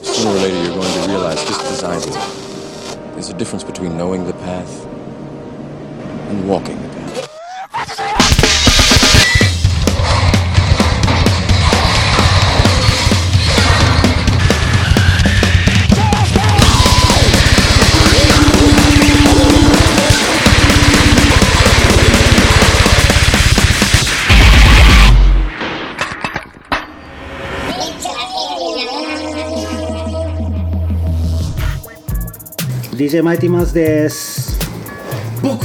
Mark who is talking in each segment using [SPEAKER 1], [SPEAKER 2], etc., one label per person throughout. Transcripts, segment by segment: [SPEAKER 1] Sooner or later, you're going to realize, just as I did, there's a difference between knowing the path and walking the path.
[SPEAKER 2] う DJ マイティマウスです
[SPEAKER 3] 僕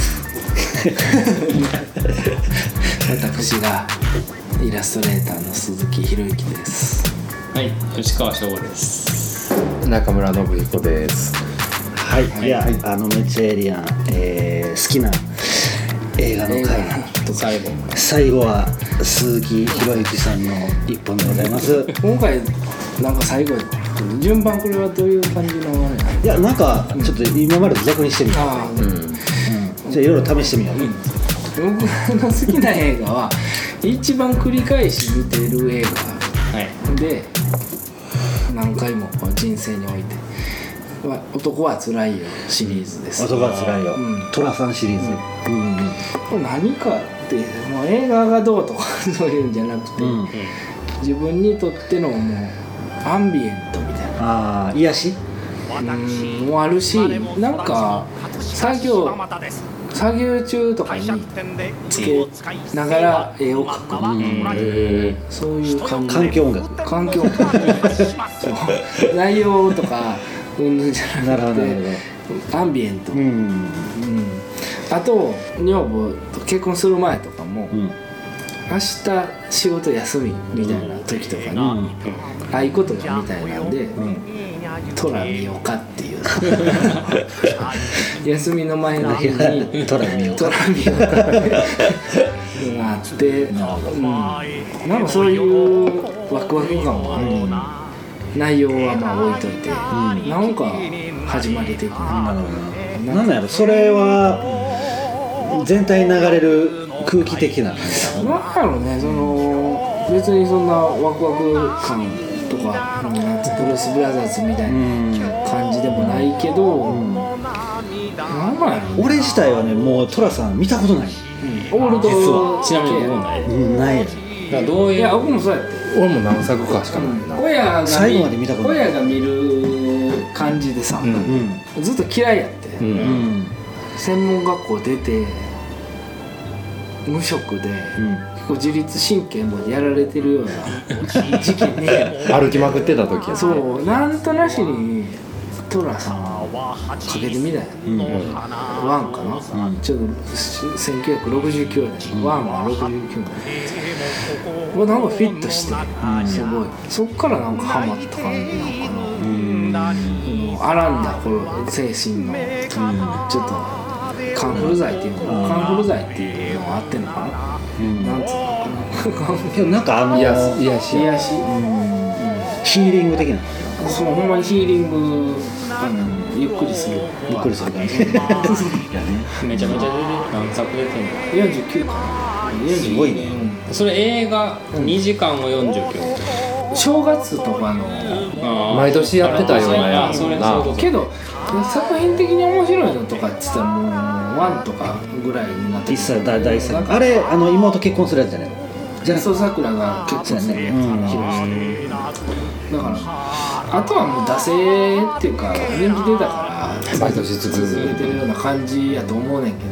[SPEAKER 3] 私がイラストレーターの鈴木博之です
[SPEAKER 4] はい、吉川翔吾です。
[SPEAKER 5] 中村信彦です。
[SPEAKER 2] はい、い、や、あのメッツエイリアン、えー好きな映画の回なん
[SPEAKER 4] と最後。
[SPEAKER 2] 最後は鈴木博之さんの一本でございます
[SPEAKER 3] 今回なんか最後順番これはどういう感じのあれ
[SPEAKER 2] いやなんかちょっと今までと逆にしてみよ
[SPEAKER 3] ああ、うん、
[SPEAKER 2] う、じゃあいろいろ試してみよう、
[SPEAKER 3] 僕の好きな映画は一番繰り返し見てる映
[SPEAKER 4] はい。
[SPEAKER 3] 画で何回もこう人生においては「男はつらいよ」シリーズです
[SPEAKER 2] 男はつらいよ、
[SPEAKER 3] うん
[SPEAKER 2] トラさんシリーズ、うんうん
[SPEAKER 3] これ何かってもう映画がどうとかそういうんじゃなくて、
[SPEAKER 2] うん
[SPEAKER 3] 自分にとってのもうアンビエントみたいな
[SPEAKER 2] ああ癒し
[SPEAKER 3] うんもあるしなんか作業作業中とかにつけながら絵を描く、そういう感じ
[SPEAKER 2] 環境音楽
[SPEAKER 3] 環境そう内容とかうんぬんじゃなく
[SPEAKER 2] なるほどなる
[SPEAKER 3] てアンビエント、
[SPEAKER 2] う
[SPEAKER 3] うん
[SPEAKER 2] ん
[SPEAKER 3] あと女房と結婚する前とかも、
[SPEAKER 2] うん
[SPEAKER 3] 明日仕事休みみたいな時とかに、ああいうことがみたいなんで、トラ見ようかって いう休みの前の日に
[SPEAKER 2] トラ見ようか
[SPEAKER 3] トラ見よう かってがあって、うん、なんかそういうワクワク感はある、内容はまあ置いといて、なんか始まり的な、
[SPEAKER 2] ななんやろそれは全体に流れる空気的な感じなの
[SPEAKER 3] なんやろねその別にそんなワクワク感とかなんかブルース・ブラザーズみたいな感じでもないけど、なんなんやろね
[SPEAKER 2] 俺自体はねもうトラさん見たことない、
[SPEAKER 3] オールド
[SPEAKER 4] 実はちなみに僕もない。
[SPEAKER 2] うん、ない
[SPEAKER 4] だからどう
[SPEAKER 3] い
[SPEAKER 4] いう
[SPEAKER 3] や僕もそうやって
[SPEAKER 5] 俺も何作かしかないな。
[SPEAKER 3] 親が見
[SPEAKER 2] 最後まで見たことない
[SPEAKER 3] 親が見る感じでさ、
[SPEAKER 4] ん
[SPEAKER 2] うん
[SPEAKER 3] ずっと嫌いやって、
[SPEAKER 4] うん
[SPEAKER 2] う。ん
[SPEAKER 3] 専門学校出て無職で、
[SPEAKER 2] うん
[SPEAKER 3] 結構自律神経もやられてるような時期に
[SPEAKER 5] 歩きまくってた時やね
[SPEAKER 3] そうなんとなしにトラさんはかけてみたよ、ワンかな、ちょっと1969年ワンは69年もうなんかフィットしてすごいそっからなんかハマった感じなのかなうんあらんだ頃精神の、ちょっとカンフル剤っていうのカンフル剤っていうのがあってんのかな、なんつうのかなカンフル
[SPEAKER 2] でもなんかあの
[SPEAKER 5] 癒や癒やしや。
[SPEAKER 3] 癒し
[SPEAKER 2] ヒーリング的な
[SPEAKER 3] そうほんまにヒーリング、ゆっくりする
[SPEAKER 2] びっくりする感じいやね
[SPEAKER 4] めちゃめちゃ出てる。何作出てんの
[SPEAKER 3] 49かな
[SPEAKER 2] すごいね
[SPEAKER 4] それ映画2時間を49分。
[SPEAKER 3] 正月とかの
[SPEAKER 4] あー
[SPEAKER 5] 毎年やってたようなやつ
[SPEAKER 4] それそれそういうこと
[SPEAKER 3] けど作品的に面白いのとかっつったらもうワンとかぐらいになって
[SPEAKER 2] 一切大大切
[SPEAKER 3] なんか
[SPEAKER 2] あれあの妹結婚するやつじゃない
[SPEAKER 3] ジャストさくらが結構ね、
[SPEAKER 2] うん
[SPEAKER 3] 披露してるだからあとはもう惰性っていうか人気出たから
[SPEAKER 5] 毎年作
[SPEAKER 3] 続け
[SPEAKER 5] る。
[SPEAKER 3] てるような感じやと思うねんけど、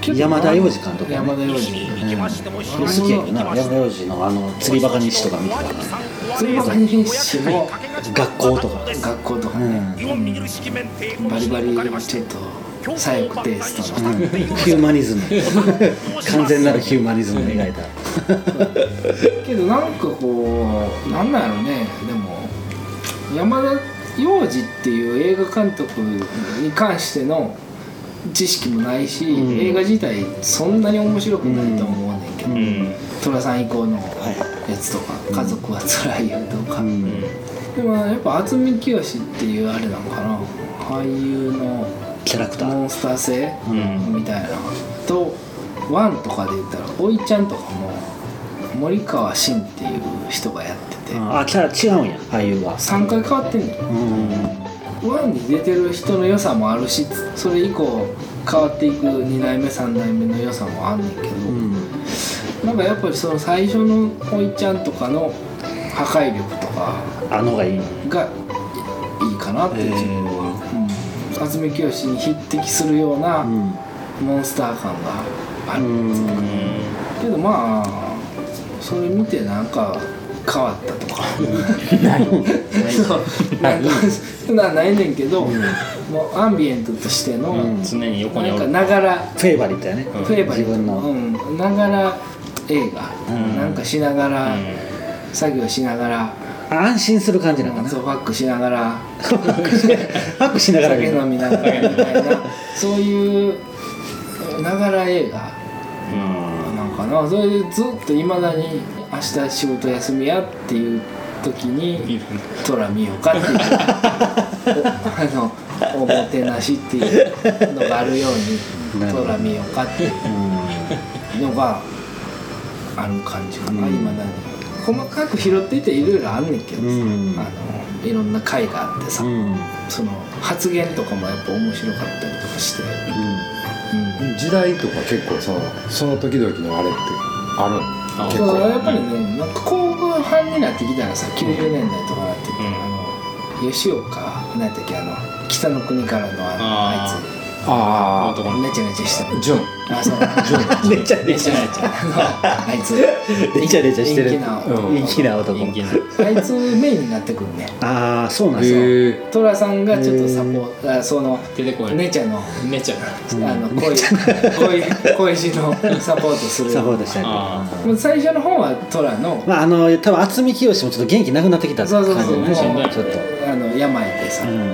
[SPEAKER 3] けど
[SPEAKER 2] 山田洋次監督やね
[SPEAKER 3] 山田洋次
[SPEAKER 2] 好きやけどな山田洋次のあの釣りバカ日誌とか見てたから
[SPEAKER 3] 釣りバカ日誌も
[SPEAKER 2] 学校とか
[SPEAKER 3] 学校とか
[SPEAKER 2] う
[SPEAKER 3] ね、
[SPEAKER 2] ん
[SPEAKER 3] バリバリちょっと左翼テイストの、
[SPEAKER 2] ヒューマニズム完全なるヒューマニズムを描いた
[SPEAKER 3] けどなんかこうなんなんやろねでも山田洋次っていう映画監督に関しての知識もないし、
[SPEAKER 2] ん
[SPEAKER 3] 映画自体そんなに面白くないと思うねんけど、
[SPEAKER 4] うん。
[SPEAKER 3] 寅さん以降のやつとか「家族はつらいよ」とか、でもやっぱ渥美清っていうあれなのかな俳優の
[SPEAKER 2] キャラクター
[SPEAKER 3] モンスター性、みたいなとワンとかで言ったらおいちゃんとかも森川慎っていう人がやってって
[SPEAKER 2] あキャラ違うんや俳優が
[SPEAKER 3] 3回変わってんねんワンに出てる人の良さもあるしそれ以降変わっていく2代目3代目の良さもあんねんけど、なんかやっぱりその最初のおいちゃんとかの破壊力とか
[SPEAKER 2] あのがいい
[SPEAKER 3] がいいいかなって自分は、うん、渥美清に匹敵するようなモンスター感があるんですよけどまあそれ見てなんか変わったとか そうなんかなないねんけど、もうアンビエントとしての、
[SPEAKER 4] 常に横に
[SPEAKER 3] な
[SPEAKER 4] お
[SPEAKER 3] んか
[SPEAKER 4] る
[SPEAKER 3] ながら
[SPEAKER 2] フェイバリットやね
[SPEAKER 4] うん
[SPEAKER 3] フェーバリッ
[SPEAKER 2] 自
[SPEAKER 3] ト
[SPEAKER 2] 分の
[SPEAKER 3] うん、ながら映画、
[SPEAKER 4] ん
[SPEAKER 3] なんかしながら、
[SPEAKER 4] うん
[SPEAKER 3] 作業しながら、
[SPEAKER 2] 安心する感じなのかな
[SPEAKER 3] そうファックしながら
[SPEAKER 2] ファックしファックしながら見
[SPEAKER 3] 酒
[SPEAKER 2] る
[SPEAKER 3] 飲みながらみたいな そういうながら映画なんかなそれでずっといまだに「明日仕事休みや」っていう時に「トラ見ようか」っていうおあのおもてなしっていうのがあるように「トラ見ようか」っていうのがある感じかな、いまだに細かく拾ってていろいろあんねんけどさ、
[SPEAKER 5] うん
[SPEAKER 3] あのいろんな回があってさ、
[SPEAKER 5] うん
[SPEAKER 3] その発言とかもやっぱ面白かったりとかして、うん
[SPEAKER 5] 時代とか結構そのその時々のあれってある結
[SPEAKER 3] だからや
[SPEAKER 5] 構
[SPEAKER 3] っぱりねなんか後半になってきたらさ90年代とかになってきたら、
[SPEAKER 4] うん
[SPEAKER 3] あの吉岡何やったっけあの北の国からのあの
[SPEAKER 4] あ
[SPEAKER 3] あ
[SPEAKER 4] ー
[SPEAKER 5] あ
[SPEAKER 4] 男
[SPEAKER 3] いつ
[SPEAKER 4] の
[SPEAKER 3] めちゃめちゃして
[SPEAKER 5] あ
[SPEAKER 3] る
[SPEAKER 5] ジョン
[SPEAKER 3] あそうめ
[SPEAKER 2] めちゃめ
[SPEAKER 3] ち
[SPEAKER 2] ち
[SPEAKER 3] ゃ
[SPEAKER 2] ゃ
[SPEAKER 3] めちゃあのあいつ め
[SPEAKER 2] レチャレチャしてる
[SPEAKER 3] 人気な
[SPEAKER 5] うん
[SPEAKER 2] 人気な男
[SPEAKER 4] 人気な
[SPEAKER 3] あいつメインになってくるね
[SPEAKER 2] ああそうなんですよ
[SPEAKER 5] へえ
[SPEAKER 3] 寅さんがちょっとサポートあその
[SPEAKER 4] 出てこない
[SPEAKER 3] 姉ちゃんの
[SPEAKER 4] 寝ちゃう
[SPEAKER 3] あの恋恋恋路のサポートする
[SPEAKER 2] サポートしたりとか
[SPEAKER 4] あ
[SPEAKER 3] もう最初の方は虎の
[SPEAKER 2] まああの多分渥美清もちょっと元気なくなってきた
[SPEAKER 3] そ
[SPEAKER 2] 感じ
[SPEAKER 3] うそうそうもう
[SPEAKER 2] ね
[SPEAKER 4] しんどい
[SPEAKER 2] ちょっと
[SPEAKER 3] あの病でさ
[SPEAKER 2] うんはい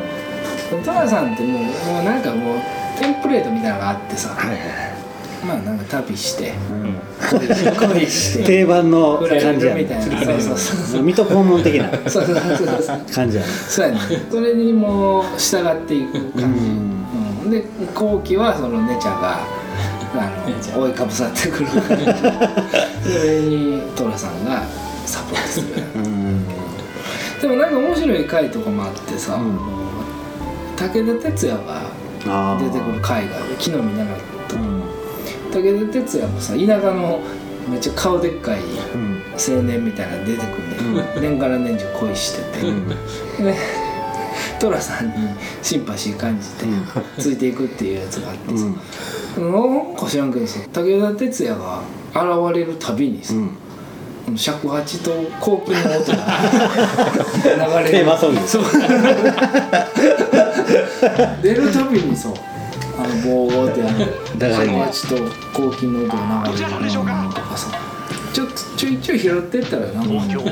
[SPEAKER 3] 虎さんってもうもうなんかもうテンプレートみたいなのがあってさ
[SPEAKER 2] はいは
[SPEAKER 3] まあなんか旅して恋し
[SPEAKER 2] い
[SPEAKER 3] て
[SPEAKER 2] 定番の
[SPEAKER 3] 振られ
[SPEAKER 2] 感じや
[SPEAKER 3] るみ
[SPEAKER 2] ね
[SPEAKER 3] たいなそうそうそう
[SPEAKER 2] 水戸黄門的な
[SPEAKER 3] そうそうそうそう
[SPEAKER 2] 感じやね
[SPEAKER 3] そう やねそれにもう従っていく感じ、うんで後期はその姉ちゃんがあ
[SPEAKER 4] 姉ちゃ
[SPEAKER 3] の
[SPEAKER 4] ん
[SPEAKER 3] 追いかぶさって くるそれに寅さんがサポートす るでもなんか面白い回とかもあってさ、武田鉄矢が
[SPEAKER 2] あ
[SPEAKER 3] 出てくる回が昨日見ながらだった武田鉄矢もさ田舎のめっちゃ顔でっかい青年みたいなの出てくるね、年がら年中恋してて、で寅さんにシンパシー感じてついていくっていうやつがあってさ、なんか知らんけどさ武田鉄矢が現れるたびにさ、尺八と黄金の音が流れる
[SPEAKER 2] テーマソング
[SPEAKER 3] そう出るたびにさあのボーボーってあの
[SPEAKER 2] だからね
[SPEAKER 3] 尺八と黄金の音が流れるのとかさちょっとちょいちょい拾ってったらなんか面白いこ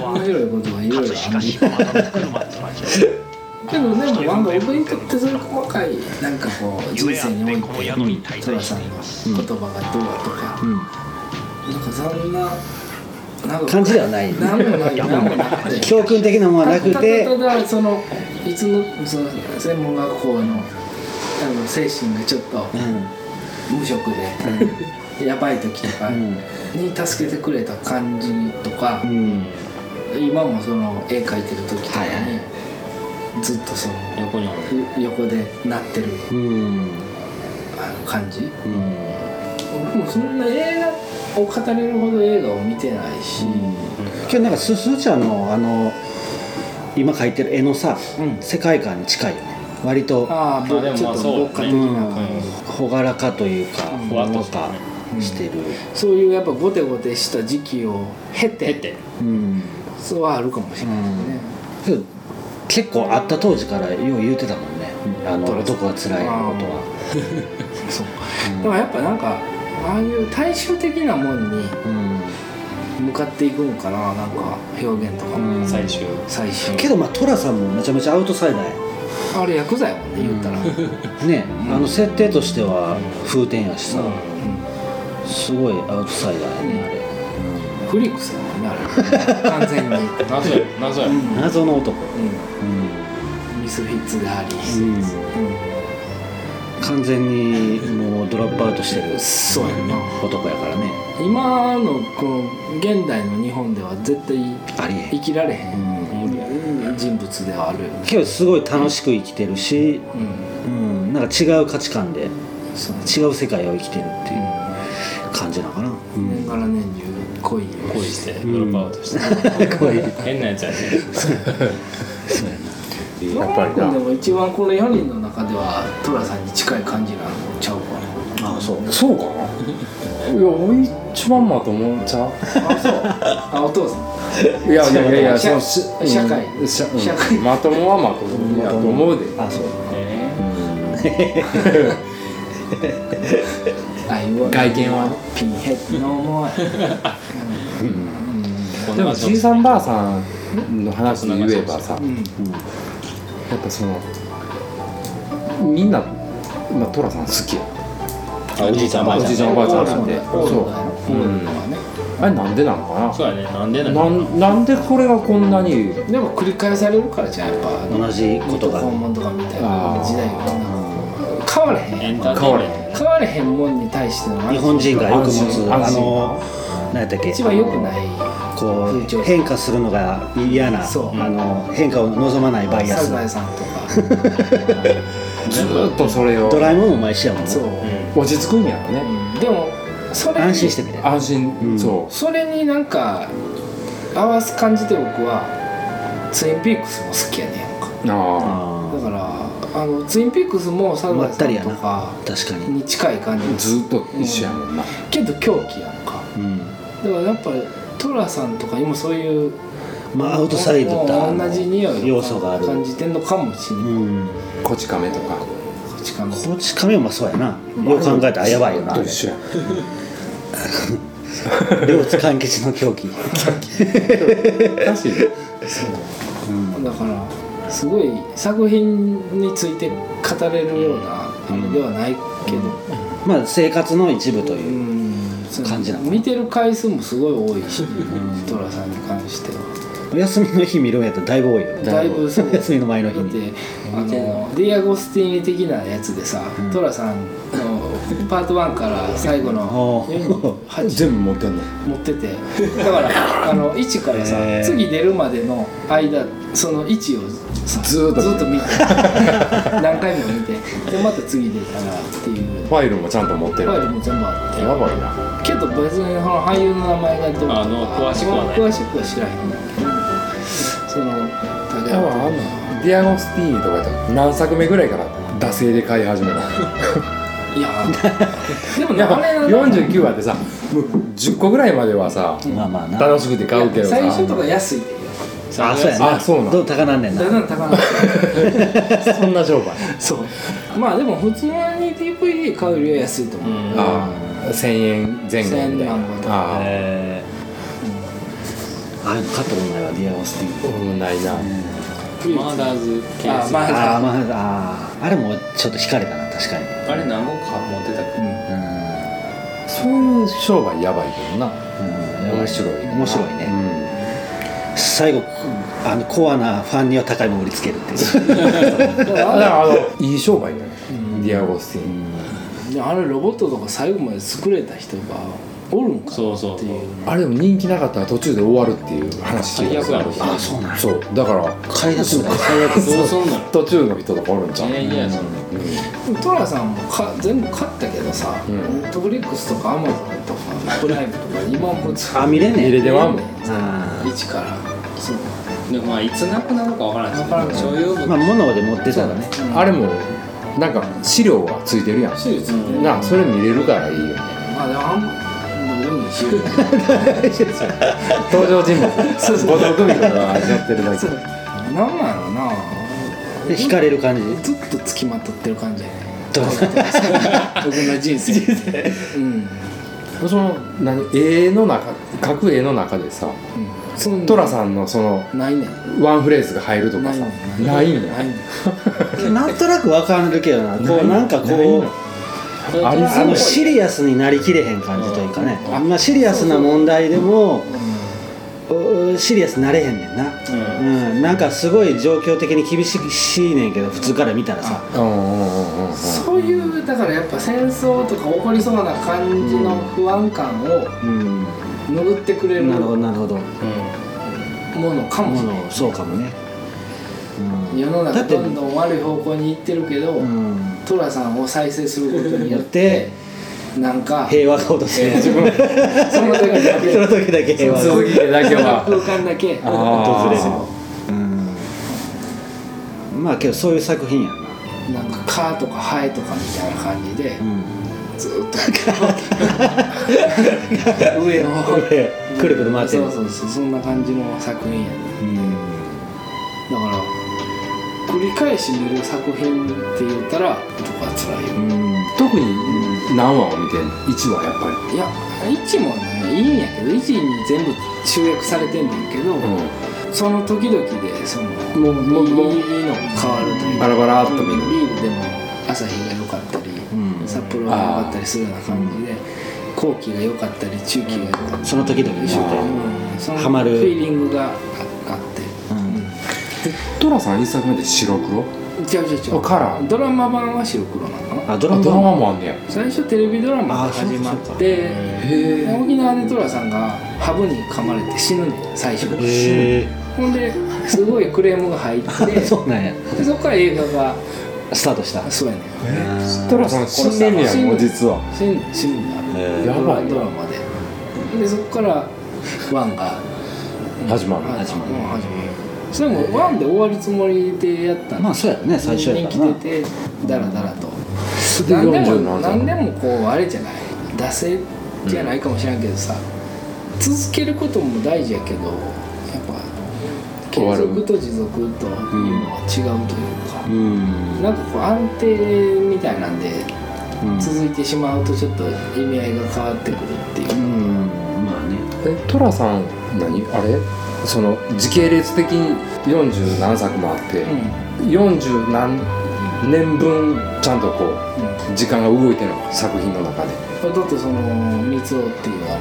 [SPEAKER 3] とがいろいろあるけどでもなんか僕にとってそういう細かいなんかこう人生において寅さんの言葉がどうだとか、なんかそんななんか
[SPEAKER 2] 感じではない
[SPEAKER 3] 何もない何もなくて
[SPEAKER 2] 教訓的なものはなくて
[SPEAKER 3] ただただそのいつもその専門学校のあの精神がちょっと無職で、やばい時とかに助けてくれた感じとか、今もその絵描いてる時とかに、ずっとその
[SPEAKER 4] 横におる
[SPEAKER 3] 横でなってる
[SPEAKER 5] うん
[SPEAKER 3] あの感じ
[SPEAKER 5] うん
[SPEAKER 3] 僕もそんな映画を語れるほど映画を見てないし、
[SPEAKER 2] 今日なんかすすーちゃんのあの今描いてる絵のさ、
[SPEAKER 3] うん
[SPEAKER 2] 世界観に近いよね割と
[SPEAKER 3] ああ
[SPEAKER 4] まあでも
[SPEAKER 3] ち
[SPEAKER 4] ま
[SPEAKER 3] ょ
[SPEAKER 4] あ
[SPEAKER 3] っと
[SPEAKER 4] そう
[SPEAKER 3] 牧歌的な感じ、
[SPEAKER 2] 朗らかというか
[SPEAKER 4] ふわっと
[SPEAKER 2] と
[SPEAKER 4] した
[SPEAKER 2] か
[SPEAKER 4] ね
[SPEAKER 2] してる、
[SPEAKER 3] そういうやっぱゴテゴテした時期を経て
[SPEAKER 4] 減って
[SPEAKER 5] うん
[SPEAKER 3] そうはあるかもしれないね、
[SPEAKER 2] けど結構あった当時からよう言うてたもんね、あの男は辛いのことは
[SPEAKER 3] そうでもやっぱなんかああいう大衆的なもんに
[SPEAKER 5] うん
[SPEAKER 3] 向かっていくんかななんか表現とかも、
[SPEAKER 5] うん
[SPEAKER 4] 最終
[SPEAKER 3] 最終
[SPEAKER 2] けどまあ寅さんもめちゃめちゃアウトサイダー
[SPEAKER 3] あれ薬剤もんね言ったら、
[SPEAKER 2] やね、あの設定としては風天やしさ、すごいアウトサイダーやねあれ、
[SPEAKER 3] フリックスやもんねあ れ完全に、
[SPEAKER 4] 謎や謎や
[SPEAKER 2] 謎の男
[SPEAKER 3] うんミスフィッツであり、
[SPEAKER 5] うん
[SPEAKER 3] うん
[SPEAKER 2] 完全にもうドロップアウトしてる
[SPEAKER 3] そうやな
[SPEAKER 2] 男やからね
[SPEAKER 3] 今のこの現代の日本では絶対
[SPEAKER 2] ありえ
[SPEAKER 3] 生
[SPEAKER 2] ん
[SPEAKER 3] きられへん人物ではあるよね
[SPEAKER 2] けどすごい楽しく生きてるし、
[SPEAKER 3] うん
[SPEAKER 2] うん、なんか違う価値観で
[SPEAKER 3] そうね
[SPEAKER 2] 違う世界を生きてるっていう感じなのかな、
[SPEAKER 3] 年がら年中恋を
[SPEAKER 4] 恋してドロップアウトして変なやつやね
[SPEAKER 5] やっぱり
[SPEAKER 3] 君で
[SPEAKER 5] な
[SPEAKER 3] も一番この4人の中では寅さんに近い感じなのちゃうか
[SPEAKER 2] ああそう
[SPEAKER 5] そうかないや俺一番まともちゃう
[SPEAKER 3] あお父さん
[SPEAKER 5] いやいやいやいや
[SPEAKER 3] 社
[SPEAKER 5] そのしうん
[SPEAKER 3] 社会
[SPEAKER 5] 社うん
[SPEAKER 3] 社会
[SPEAKER 5] まともはまともやと思うで
[SPEAKER 2] ああそう
[SPEAKER 3] あいわ
[SPEAKER 5] 外見は
[SPEAKER 3] ピンヘッドの思い
[SPEAKER 5] でもじいさんばあさんの話で言えばさ
[SPEAKER 3] うん
[SPEAKER 5] やっぱそのみんなまあ寅さん好きや
[SPEAKER 4] おじいさんおばあ
[SPEAKER 5] おじい
[SPEAKER 4] ち
[SPEAKER 5] ち
[SPEAKER 4] ゃ
[SPEAKER 5] ゃ
[SPEAKER 4] ん
[SPEAKER 5] ん
[SPEAKER 4] ね
[SPEAKER 5] おばあちゃんな
[SPEAKER 3] そ
[SPEAKER 5] ん
[SPEAKER 3] う
[SPEAKER 5] で
[SPEAKER 3] ね
[SPEAKER 5] そううん
[SPEAKER 3] ね
[SPEAKER 5] あれなんでなの
[SPEAKER 4] そうやねなんで
[SPEAKER 5] か
[SPEAKER 4] なの
[SPEAKER 5] ななんなんでこれがこんなに
[SPEAKER 3] でも繰り返されるからじゃあやっぱ
[SPEAKER 2] 同じことが
[SPEAKER 3] 日本訪問とかみたいな
[SPEAKER 5] あー
[SPEAKER 3] 時代がなんか変われへ
[SPEAKER 4] エ
[SPEAKER 3] ん
[SPEAKER 4] ンターテインメン
[SPEAKER 3] 変われへんもんに対しての
[SPEAKER 2] 日本人がよく持つあ
[SPEAKER 5] 安心
[SPEAKER 2] の何やったっけ
[SPEAKER 3] 一番良くない
[SPEAKER 2] こ
[SPEAKER 3] 風潮
[SPEAKER 2] う変化するのが嫌なあ
[SPEAKER 3] そう
[SPEAKER 2] の変化を望まないバイア
[SPEAKER 3] サ
[SPEAKER 2] ス
[SPEAKER 3] ザエさんとか
[SPEAKER 5] ずーっとそれを
[SPEAKER 2] ドラえもんも毎週やもんね
[SPEAKER 3] そう、
[SPEAKER 5] 落ち着くんやろね
[SPEAKER 3] うんでもそれに
[SPEAKER 2] 安心してみたいな
[SPEAKER 5] 安心そ
[SPEAKER 3] それになんか合わす感じで僕はツインピークスも好きやねんか
[SPEAKER 5] うあ
[SPEAKER 3] だ
[SPEAKER 2] あ
[SPEAKER 3] からあのツインピークスもサ
[SPEAKER 2] あ
[SPEAKER 3] ザ
[SPEAKER 2] ま
[SPEAKER 3] エ
[SPEAKER 2] ったりや
[SPEAKER 3] さん
[SPEAKER 2] な
[SPEAKER 3] とか
[SPEAKER 2] 確かに
[SPEAKER 3] に近い感じ
[SPEAKER 5] あ
[SPEAKER 3] です
[SPEAKER 5] ずーっと一緒やもんな
[SPEAKER 3] けど狂気やんか
[SPEAKER 5] うん
[SPEAKER 3] だからやっぱり寅さんとか今そういう
[SPEAKER 2] まあアウトサイドだ
[SPEAKER 3] 同じ匂いを
[SPEAKER 2] 要素がある
[SPEAKER 3] 感じてんのかもしれ
[SPEAKER 2] う
[SPEAKER 3] ない、
[SPEAKER 2] ん
[SPEAKER 5] こち亀とか
[SPEAKER 3] こっちかな
[SPEAKER 2] こっち亀もそうやなよう考えたらやばいよな
[SPEAKER 5] と一緒や
[SPEAKER 2] 両津勘吉の狂気
[SPEAKER 5] 確かに
[SPEAKER 3] だからすごい作品について語れるようなあれではないけど、
[SPEAKER 2] まあ生活の一部と
[SPEAKER 3] う
[SPEAKER 2] いうん
[SPEAKER 3] その
[SPEAKER 2] 感じなの
[SPEAKER 3] 見てる回数もすごい多いし寅、さんに関しては
[SPEAKER 2] お休みの日見るんやったらだいぶ多いよね
[SPEAKER 3] だいぶそう
[SPEAKER 2] 休みの前の日
[SPEAKER 3] だっ
[SPEAKER 2] に
[SPEAKER 3] てあのディアゴスティーニ的なやつでさ寅、さんのパート1から最後の
[SPEAKER 2] おー
[SPEAKER 3] 48
[SPEAKER 5] 全部持ってんの
[SPEAKER 3] 持っててだからあの1からさ、
[SPEAKER 2] へー
[SPEAKER 3] 次出るまでの間その1をさ
[SPEAKER 5] ずーっと
[SPEAKER 3] 見て何回も見てでまた次出たらっていう
[SPEAKER 5] ファイルもちゃんと持って
[SPEAKER 3] フ
[SPEAKER 5] る
[SPEAKER 3] ァイルも全部あって
[SPEAKER 5] やばいな
[SPEAKER 3] けど別にその俳優の名前がどうとか
[SPEAKER 4] あの詳しくはない
[SPEAKER 3] 詳しくは知らへんねんけどその例え
[SPEAKER 5] やばいあんなディアゴスティーニとかやったら何作目ぐらいから惰性で買い始めた
[SPEAKER 3] い やでもね
[SPEAKER 5] やっぱ
[SPEAKER 3] あれの
[SPEAKER 5] 49話ってさもう10個ぐらいまではさ
[SPEAKER 2] まあまあな
[SPEAKER 5] 楽しくて買うけどさ
[SPEAKER 3] 最初とか安いで
[SPEAKER 2] あそうやな
[SPEAKER 5] あそうなん
[SPEAKER 2] どう高なんねんな
[SPEAKER 3] だんだん高くなって
[SPEAKER 5] そんな商売
[SPEAKER 3] そうまあでも普通に DVD 買うよりは安いと思う、
[SPEAKER 5] ああ1000円前後み
[SPEAKER 3] 1000
[SPEAKER 5] たいな
[SPEAKER 3] 円前後と
[SPEAKER 5] ああ
[SPEAKER 2] えーああいうの買ったことないわディアゴスティーニ
[SPEAKER 5] 俺もないな
[SPEAKER 4] マーダーズケー
[SPEAKER 3] あ
[SPEAKER 4] ス
[SPEAKER 3] ま
[SPEAKER 2] あ
[SPEAKER 3] あ
[SPEAKER 2] あまああーあれもちょっと惹かれたな確かに
[SPEAKER 4] あれ何本か持ってたっけ
[SPEAKER 5] そういう商売やばいけどな
[SPEAKER 2] うん
[SPEAKER 5] 面白い
[SPEAKER 2] 面白いね、最後あのコアなファンには高いもの売りつけるっていう
[SPEAKER 5] あだからあのいい商売だよねディアゴスティーニ
[SPEAKER 3] であれロボットとか最後まで作れた人がおるんか
[SPEAKER 4] そうそう
[SPEAKER 3] っていう
[SPEAKER 5] あれでも人気なかったら途中で終わるっていう話聞いたことある
[SPEAKER 4] 最悪やろ
[SPEAKER 2] そうなん
[SPEAKER 5] そうだから
[SPEAKER 2] 開発みたいな最悪
[SPEAKER 4] どうすんの
[SPEAKER 5] 途中の人とかおるんちゃう
[SPEAKER 4] いやいやその
[SPEAKER 3] トラさんもか全部買ったけどさ、
[SPEAKER 5] ん
[SPEAKER 3] ネットフリックスとかアマゾンとかプライムとか今もつ
[SPEAKER 2] あ見れんね
[SPEAKER 5] 入れてはもう
[SPEAKER 2] あ
[SPEAKER 3] 一からそう
[SPEAKER 4] でもまあいつなくなるかわからんし所有
[SPEAKER 2] ーま
[SPEAKER 4] 物
[SPEAKER 2] あ物で持ってたらね
[SPEAKER 5] あれもなんか資料がついてるやん
[SPEAKER 3] 手術も
[SPEAKER 5] なあそれ見れるからいいよね
[SPEAKER 3] まあでもあんまでも一緒
[SPEAKER 5] 登場人物 後藤久美子がやってるだけ
[SPEAKER 3] なんなんやろな
[SPEAKER 2] で惹かれる感じ
[SPEAKER 3] ずっとつきまとってる感じやね
[SPEAKER 2] どう
[SPEAKER 3] 僕の人生うん、
[SPEAKER 5] その何絵の中各絵の中で
[SPEAKER 3] う
[SPEAKER 5] さ
[SPEAKER 3] ん、そん
[SPEAKER 5] 寅さんのその
[SPEAKER 3] ないねん
[SPEAKER 5] ワンフレーズが入るとか
[SPEAKER 3] ない
[SPEAKER 5] さ
[SPEAKER 3] ねん
[SPEAKER 5] ないん
[SPEAKER 3] な
[SPEAKER 5] や
[SPEAKER 3] いねん
[SPEAKER 2] なんとなくわかるけどなこうなんか
[SPEAKER 5] ない
[SPEAKER 2] こう
[SPEAKER 5] のあり
[SPEAKER 2] あの
[SPEAKER 5] そ
[SPEAKER 2] シリアスになりきれへん感じというかね、まあ、シリアスな問題でもおシリアスになれへんねんな、
[SPEAKER 4] う
[SPEAKER 2] うん、なんかすごい状況的に厳しいねんけど普通から見たらさ
[SPEAKER 5] うんうんうんうんうん
[SPEAKER 3] そういうだからやっぱ戦争とか起こりそうな感じの不安感を
[SPEAKER 2] うん
[SPEAKER 3] 拭ってくれる
[SPEAKER 2] なるほど
[SPEAKER 3] も
[SPEAKER 2] なるほど
[SPEAKER 3] のかも
[SPEAKER 2] も
[SPEAKER 3] しれ
[SPEAKER 2] のそうかもね、
[SPEAKER 3] ない世の
[SPEAKER 2] だ
[SPEAKER 3] 中
[SPEAKER 2] って
[SPEAKER 3] どんどん悪い方向に行ってるけど
[SPEAKER 2] うん、
[SPEAKER 3] 寅さんを再生することによ
[SPEAKER 2] やっ
[SPEAKER 3] っ
[SPEAKER 2] てて
[SPEAKER 3] なんか
[SPEAKER 2] 平和が訪れる
[SPEAKER 3] その時だけ
[SPEAKER 2] その時だけ平和が
[SPEAKER 5] 続きでだけは
[SPEAKER 3] 空間だけ
[SPEAKER 5] あ
[SPEAKER 2] 訪れる
[SPEAKER 5] ー
[SPEAKER 2] うんまあけどそういう作品やな
[SPEAKER 3] なんか「か」とか「はい」とかみたいな感じでずーっと 上の方
[SPEAKER 2] これくるくる回ってる
[SPEAKER 3] そうそうそうそんな感じの作品やねだから繰り返し見る作品って言ったら僕は辛いよ
[SPEAKER 5] 特に何話を見てんの1話やっぱり
[SPEAKER 3] いや1もねいいんやけど1に全部集約されてんねんけど、その時々でその
[SPEAKER 5] もうもうもう
[SPEAKER 3] いいのが変わるという
[SPEAKER 5] バラバラっと見
[SPEAKER 3] うん
[SPEAKER 5] る
[SPEAKER 3] ビールでも朝日が良かったり、札幌が良かったりするような感じで後期が良かったり中期が良かったり、
[SPEAKER 2] その時々でしょ
[SPEAKER 3] うんその
[SPEAKER 2] ハマる
[SPEAKER 3] フィーリングがあって
[SPEAKER 5] トラさん1作目で白黒
[SPEAKER 3] 違う違う違う
[SPEAKER 5] あカラー
[SPEAKER 3] ドラマ版は白黒なのかな
[SPEAKER 2] あドラ
[SPEAKER 5] あ
[SPEAKER 2] マ
[SPEAKER 5] ドラマもあんねや
[SPEAKER 3] 最初テレビドラマが始まって
[SPEAKER 5] へえ
[SPEAKER 3] 沖縄で寅さんがハブに噛まれて死ぬねん最初
[SPEAKER 2] へえ
[SPEAKER 3] ほんですごいクレームが入って
[SPEAKER 2] そうなんや
[SPEAKER 3] で そこから映画が
[SPEAKER 2] スタートした
[SPEAKER 3] そうやねん
[SPEAKER 5] トラさん死んでんねや
[SPEAKER 3] 殺した
[SPEAKER 5] もう実は
[SPEAKER 3] 死ぬ死ぬんだ
[SPEAKER 2] え
[SPEAKER 5] や
[SPEAKER 3] ド
[SPEAKER 5] ば
[SPEAKER 3] ラ
[SPEAKER 5] い
[SPEAKER 3] ドラマででそこからワンが
[SPEAKER 5] 始まる
[SPEAKER 3] 始まる始まるそれもワンで終わるつもりでやった
[SPEAKER 2] ー
[SPEAKER 3] の
[SPEAKER 2] まあそうやろね最初や
[SPEAKER 3] に
[SPEAKER 2] から
[SPEAKER 3] 来
[SPEAKER 2] な
[SPEAKER 3] ててダラダラと
[SPEAKER 5] す
[SPEAKER 3] 何で
[SPEAKER 5] 40
[SPEAKER 3] も何でもこうあれじゃない惰性じゃないかもしれんけどさ、続けることも大事やけどやっぱ
[SPEAKER 5] 終
[SPEAKER 3] 継
[SPEAKER 5] わる
[SPEAKER 3] 続と持続というのは違うというか
[SPEAKER 5] う、ん
[SPEAKER 3] なんかこう安定みたいなんで
[SPEAKER 5] うん
[SPEAKER 3] 続いてしまうとちょっと意味合いが変わってくるっていう、
[SPEAKER 2] うんまあね
[SPEAKER 5] えトラさん何あれその時系列的に40何作もあって、40何年分ちゃんとこう時間が動いてるの作品の中で
[SPEAKER 3] だってその三つ男っていうあの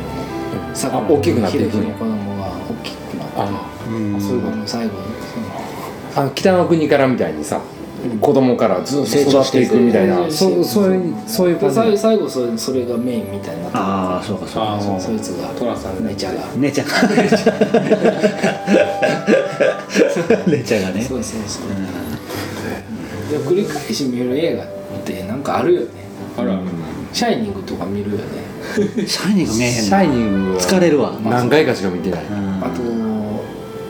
[SPEAKER 5] あ大きくなっていく
[SPEAKER 3] の
[SPEAKER 5] ん
[SPEAKER 3] 子
[SPEAKER 5] や
[SPEAKER 3] 供が大きくなって
[SPEAKER 5] ああそういうこ
[SPEAKER 3] あの最後その
[SPEAKER 5] とあの北の国からみたいにさ、子供からずっと育っていくみたいな
[SPEAKER 3] 成長して
[SPEAKER 5] そうそういうそういう感じ
[SPEAKER 3] 最後最後それそれがメインみたいになって
[SPEAKER 2] ああそうかそうか
[SPEAKER 4] あ
[SPEAKER 3] そ
[SPEAKER 4] あ
[SPEAKER 3] そいつが
[SPEAKER 4] 寅さん
[SPEAKER 3] 姉ちゃんが
[SPEAKER 2] 姉ちゃんが姉ちゃんがね
[SPEAKER 3] そうそうそう、で繰り返し見る映画ってなんかあるよね
[SPEAKER 4] あら
[SPEAKER 3] シャイニングとか見るよね
[SPEAKER 2] シャイニング見えへん
[SPEAKER 5] シ
[SPEAKER 2] の
[SPEAKER 5] ャイニングは
[SPEAKER 2] 疲れるわ
[SPEAKER 5] 何回かしか見てない、
[SPEAKER 2] うん
[SPEAKER 3] あと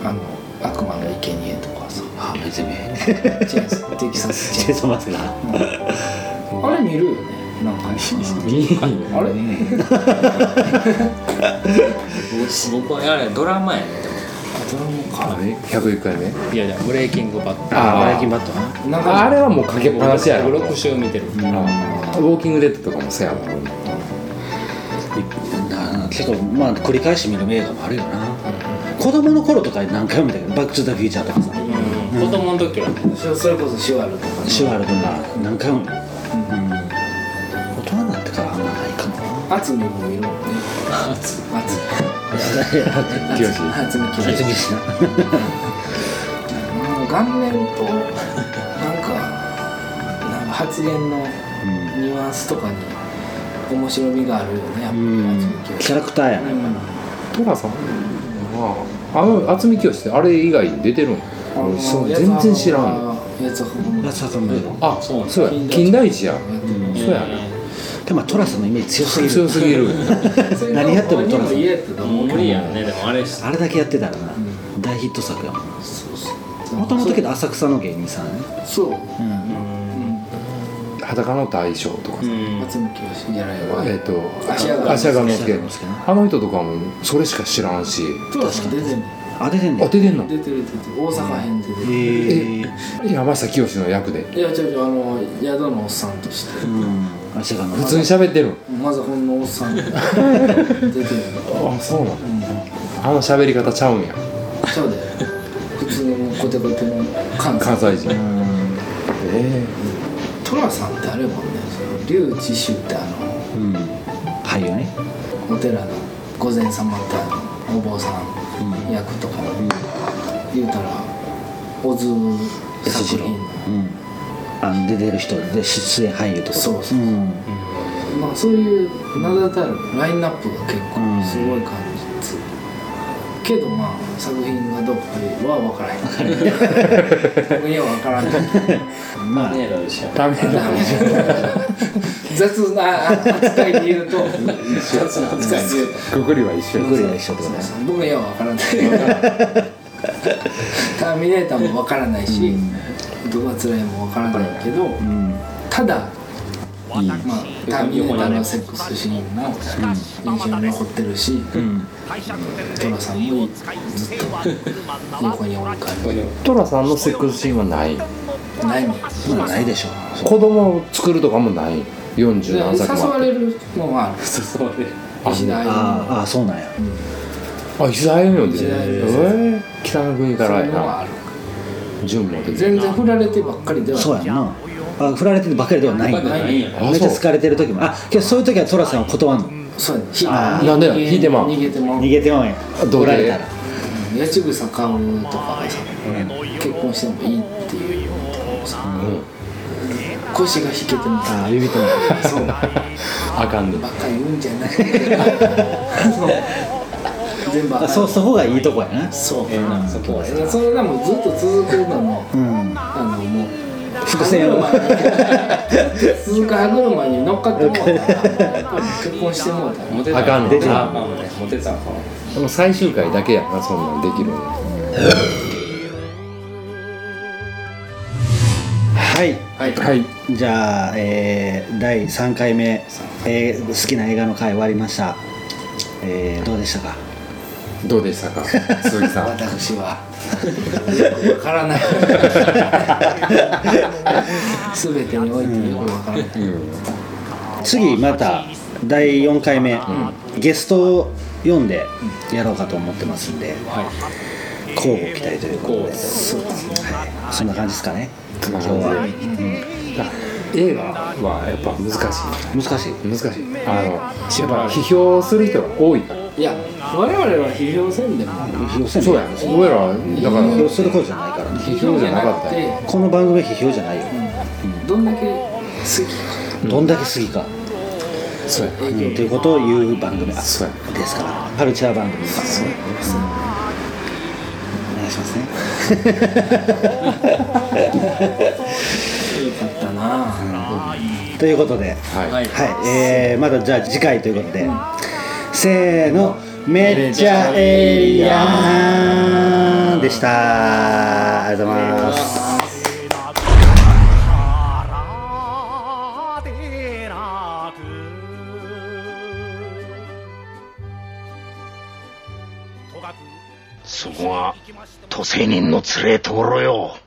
[SPEAKER 3] あの「悪魔の生贄と かさ
[SPEAKER 2] あ別に見えへん
[SPEAKER 3] 「チェーンソーテキサスチ
[SPEAKER 2] チェーン
[SPEAKER 3] ェーンソ
[SPEAKER 2] ソーマスが
[SPEAKER 3] ー」あれ見るよねなんかね
[SPEAKER 5] いいよね
[SPEAKER 3] あれ
[SPEAKER 4] 僕僕はあれドラマやねでも
[SPEAKER 5] あれ101回目
[SPEAKER 4] いやいやブレイキングバット
[SPEAKER 5] あ
[SPEAKER 4] ブ
[SPEAKER 5] ー
[SPEAKER 4] レイキングバットな
[SPEAKER 3] なんか
[SPEAKER 5] あれはもうかけっぱなしやろ
[SPEAKER 4] 僕六週見てる
[SPEAKER 5] あーウォーキングデッドとかもそうやもん
[SPEAKER 2] な結構まあ繰り返し見る映画もあるよな子供の頃とかに何回も見たけど「バック・トゥ・ザ・フューチャー」とかさ
[SPEAKER 4] 子供の時はね
[SPEAKER 3] それこそシュワルとか
[SPEAKER 2] シュワルとか何回も見た大人になってからあんまないかもな
[SPEAKER 3] 厚みも見るもんね厚み厚み
[SPEAKER 5] 清志
[SPEAKER 3] 厚み清志うん顔面となんかなんか発言のニュアンスとかに面白みがあるよねやっぱり
[SPEAKER 2] キャラクターやな、ね、
[SPEAKER 5] トラさんはあの渥美清ってあれ以外に出てるん俺そう全然知らん
[SPEAKER 3] やつは
[SPEAKER 2] ラスハカムーン
[SPEAKER 5] あ
[SPEAKER 4] そう
[SPEAKER 5] そうや金田一やそうやね
[SPEAKER 2] でもトラスのイメージ強すぎ
[SPEAKER 5] 強
[SPEAKER 2] る
[SPEAKER 5] すぎる
[SPEAKER 2] 何やってもトラさん
[SPEAKER 3] 家やってたもん
[SPEAKER 4] 無理やんねでもあれし
[SPEAKER 2] あれだけやってたらな、大ヒット作やもん
[SPEAKER 3] そうそう
[SPEAKER 2] もともとけど浅草の芸人さんね
[SPEAKER 3] そう
[SPEAKER 5] 裸の大将とかさ
[SPEAKER 4] うん
[SPEAKER 3] 厚み清志じゃないわ
[SPEAKER 5] えっと
[SPEAKER 3] 芦屋が
[SPEAKER 5] 芦屋が
[SPEAKER 2] 芦
[SPEAKER 5] 之
[SPEAKER 2] 屋
[SPEAKER 5] 助
[SPEAKER 2] が之助
[SPEAKER 5] あの人とかもそれしか知らんし
[SPEAKER 3] トラさん出てんの
[SPEAKER 2] あ出てん
[SPEAKER 5] あ
[SPEAKER 2] ね
[SPEAKER 5] 出てんの
[SPEAKER 3] 出てる出てる大阪編で出てる
[SPEAKER 2] へえ
[SPEAKER 5] 山下清の役で
[SPEAKER 3] いや違う違うあの宿のおっさんとして
[SPEAKER 2] うん足がの
[SPEAKER 5] 普通に喋ってるん
[SPEAKER 3] まずほんのおっさんで出てる
[SPEAKER 5] あそうなのあの喋り方ちゃうんや
[SPEAKER 3] そうだよ普通にもうコテコテの関
[SPEAKER 5] 関
[SPEAKER 3] 西
[SPEAKER 5] 西人え
[SPEAKER 3] 寅さんってあれやもんね龍智秀ってあ
[SPEAKER 5] えうん
[SPEAKER 2] 俳優ね
[SPEAKER 3] のお寺の御前様ってあのお坊さん役とか、言うたら小津作品の
[SPEAKER 2] うん、あの出てる人で出演俳優ってこと
[SPEAKER 3] そうそう、
[SPEAKER 2] うん
[SPEAKER 3] まあ、そういう名だたるラインナップが結構すごい感じ、けどまあ作品がどこかは 分からへん僕には分からん
[SPEAKER 2] まあ
[SPEAKER 4] ねえどうでしょう
[SPEAKER 5] ダメだ
[SPEAKER 3] 雑な扱いで言うと雑な扱いで言うと
[SPEAKER 5] くぐりは一緒
[SPEAKER 2] グリは一緒ってことね
[SPEAKER 3] 僕には分からないターミネーターも分からないし、ドバつらいも分からないけど、
[SPEAKER 2] うん
[SPEAKER 3] ただ
[SPEAKER 5] いい
[SPEAKER 3] まあ、ターミネーターのセックスシーンが印象に残ってるし、
[SPEAKER 2] うん
[SPEAKER 3] トラさんもずっと横におる感
[SPEAKER 5] トラさんのセックスシーンはない
[SPEAKER 3] じないもん
[SPEAKER 2] まあないでしょ
[SPEAKER 5] 子供を作るとかもない
[SPEAKER 3] で
[SPEAKER 5] 40何
[SPEAKER 3] 誘
[SPEAKER 5] 作も
[SPEAKER 3] わ
[SPEAKER 5] あって
[SPEAKER 3] れるのはある
[SPEAKER 4] 誘われる
[SPEAKER 3] 石田
[SPEAKER 2] あ
[SPEAKER 3] あ
[SPEAKER 2] あああそうなんや
[SPEAKER 5] あ膝あゆみょんで
[SPEAKER 3] 膝あゆみょん
[SPEAKER 5] えー北の国から
[SPEAKER 3] そうい
[SPEAKER 5] や
[SPEAKER 3] うのはあ
[SPEAKER 5] な
[SPEAKER 3] る
[SPEAKER 5] 準もできる
[SPEAKER 3] 全然振られてばっかりでは
[SPEAKER 2] そうやんなあ振られてるばっかりではないん
[SPEAKER 4] バカ
[SPEAKER 2] だ
[SPEAKER 4] じゃないんや
[SPEAKER 5] あそう
[SPEAKER 2] めっちゃ疲れてる時もあけどそういう時は寅さんは断んの
[SPEAKER 3] そうやねひ
[SPEAKER 2] あ
[SPEAKER 5] ーなんで
[SPEAKER 3] 逃
[SPEAKER 5] 引いてまう
[SPEAKER 3] 逃げてまう
[SPEAKER 2] 逃げてまうんや
[SPEAKER 5] ど
[SPEAKER 2] 怒
[SPEAKER 5] うで
[SPEAKER 2] られたら
[SPEAKER 3] 八千草薫とかがさ結婚してもいいっていう腰が引けても
[SPEAKER 2] ああ指とも
[SPEAKER 3] そうばっか
[SPEAKER 5] あかんで
[SPEAKER 3] 言うんじゃない全部あかん
[SPEAKER 2] あそうそこがいいとこやな
[SPEAKER 3] そう
[SPEAKER 2] うん
[SPEAKER 4] そこは
[SPEAKER 3] それがもうずっと続くのも
[SPEAKER 2] うん
[SPEAKER 3] あのもう
[SPEAKER 2] 伏線を
[SPEAKER 3] 鈴鹿歯車に乗っかってもうたらやっぱり結婚してもうたら
[SPEAKER 4] モテた
[SPEAKER 5] あかん
[SPEAKER 4] モ
[SPEAKER 5] で
[SPEAKER 4] テたあかんねモテたあかん
[SPEAKER 5] でも最終回だけやなそんなんできるの
[SPEAKER 2] はい
[SPEAKER 4] はい
[SPEAKER 5] はい
[SPEAKER 2] じゃあ、えー第3回目、えー好きな映画の回終わりました、えーどうでしたか
[SPEAKER 5] どうでしたか 鈴木さん
[SPEAKER 3] 私はわからない全てにおいてよくわからない
[SPEAKER 2] 次また第4回目、ゲストを読んでやろうかと思ってますんで、交互期待ということでそうですねはいそんな感じですかね
[SPEAKER 5] そん
[SPEAKER 2] 今
[SPEAKER 5] な
[SPEAKER 2] 日
[SPEAKER 5] 感じで
[SPEAKER 2] は
[SPEAKER 5] 映画はやっぱ難し
[SPEAKER 2] 難しい
[SPEAKER 5] い難しいあのやっぱ批評する人が多いから
[SPEAKER 3] いや我々は批評せんでも
[SPEAKER 2] 要するに
[SPEAKER 5] そうや俺らだから
[SPEAKER 2] 要することじゃないからね
[SPEAKER 5] 批評じゃなかったよ
[SPEAKER 2] この番組は批評じゃないよ、
[SPEAKER 3] どんだけ好き
[SPEAKER 2] どんだけ好きか、
[SPEAKER 5] そうや
[SPEAKER 2] うん、ということを言う番組あ
[SPEAKER 5] そうや
[SPEAKER 2] ですからカルチャー番組です、ねお願いしますね
[SPEAKER 3] かよかったな
[SPEAKER 2] ということで、
[SPEAKER 5] は
[SPEAKER 2] は
[SPEAKER 5] い
[SPEAKER 2] いえーまだじゃあ次回ということで、せーのめっちゃええやんでしたありがとうございます
[SPEAKER 6] そこが、都政人の連れところよ。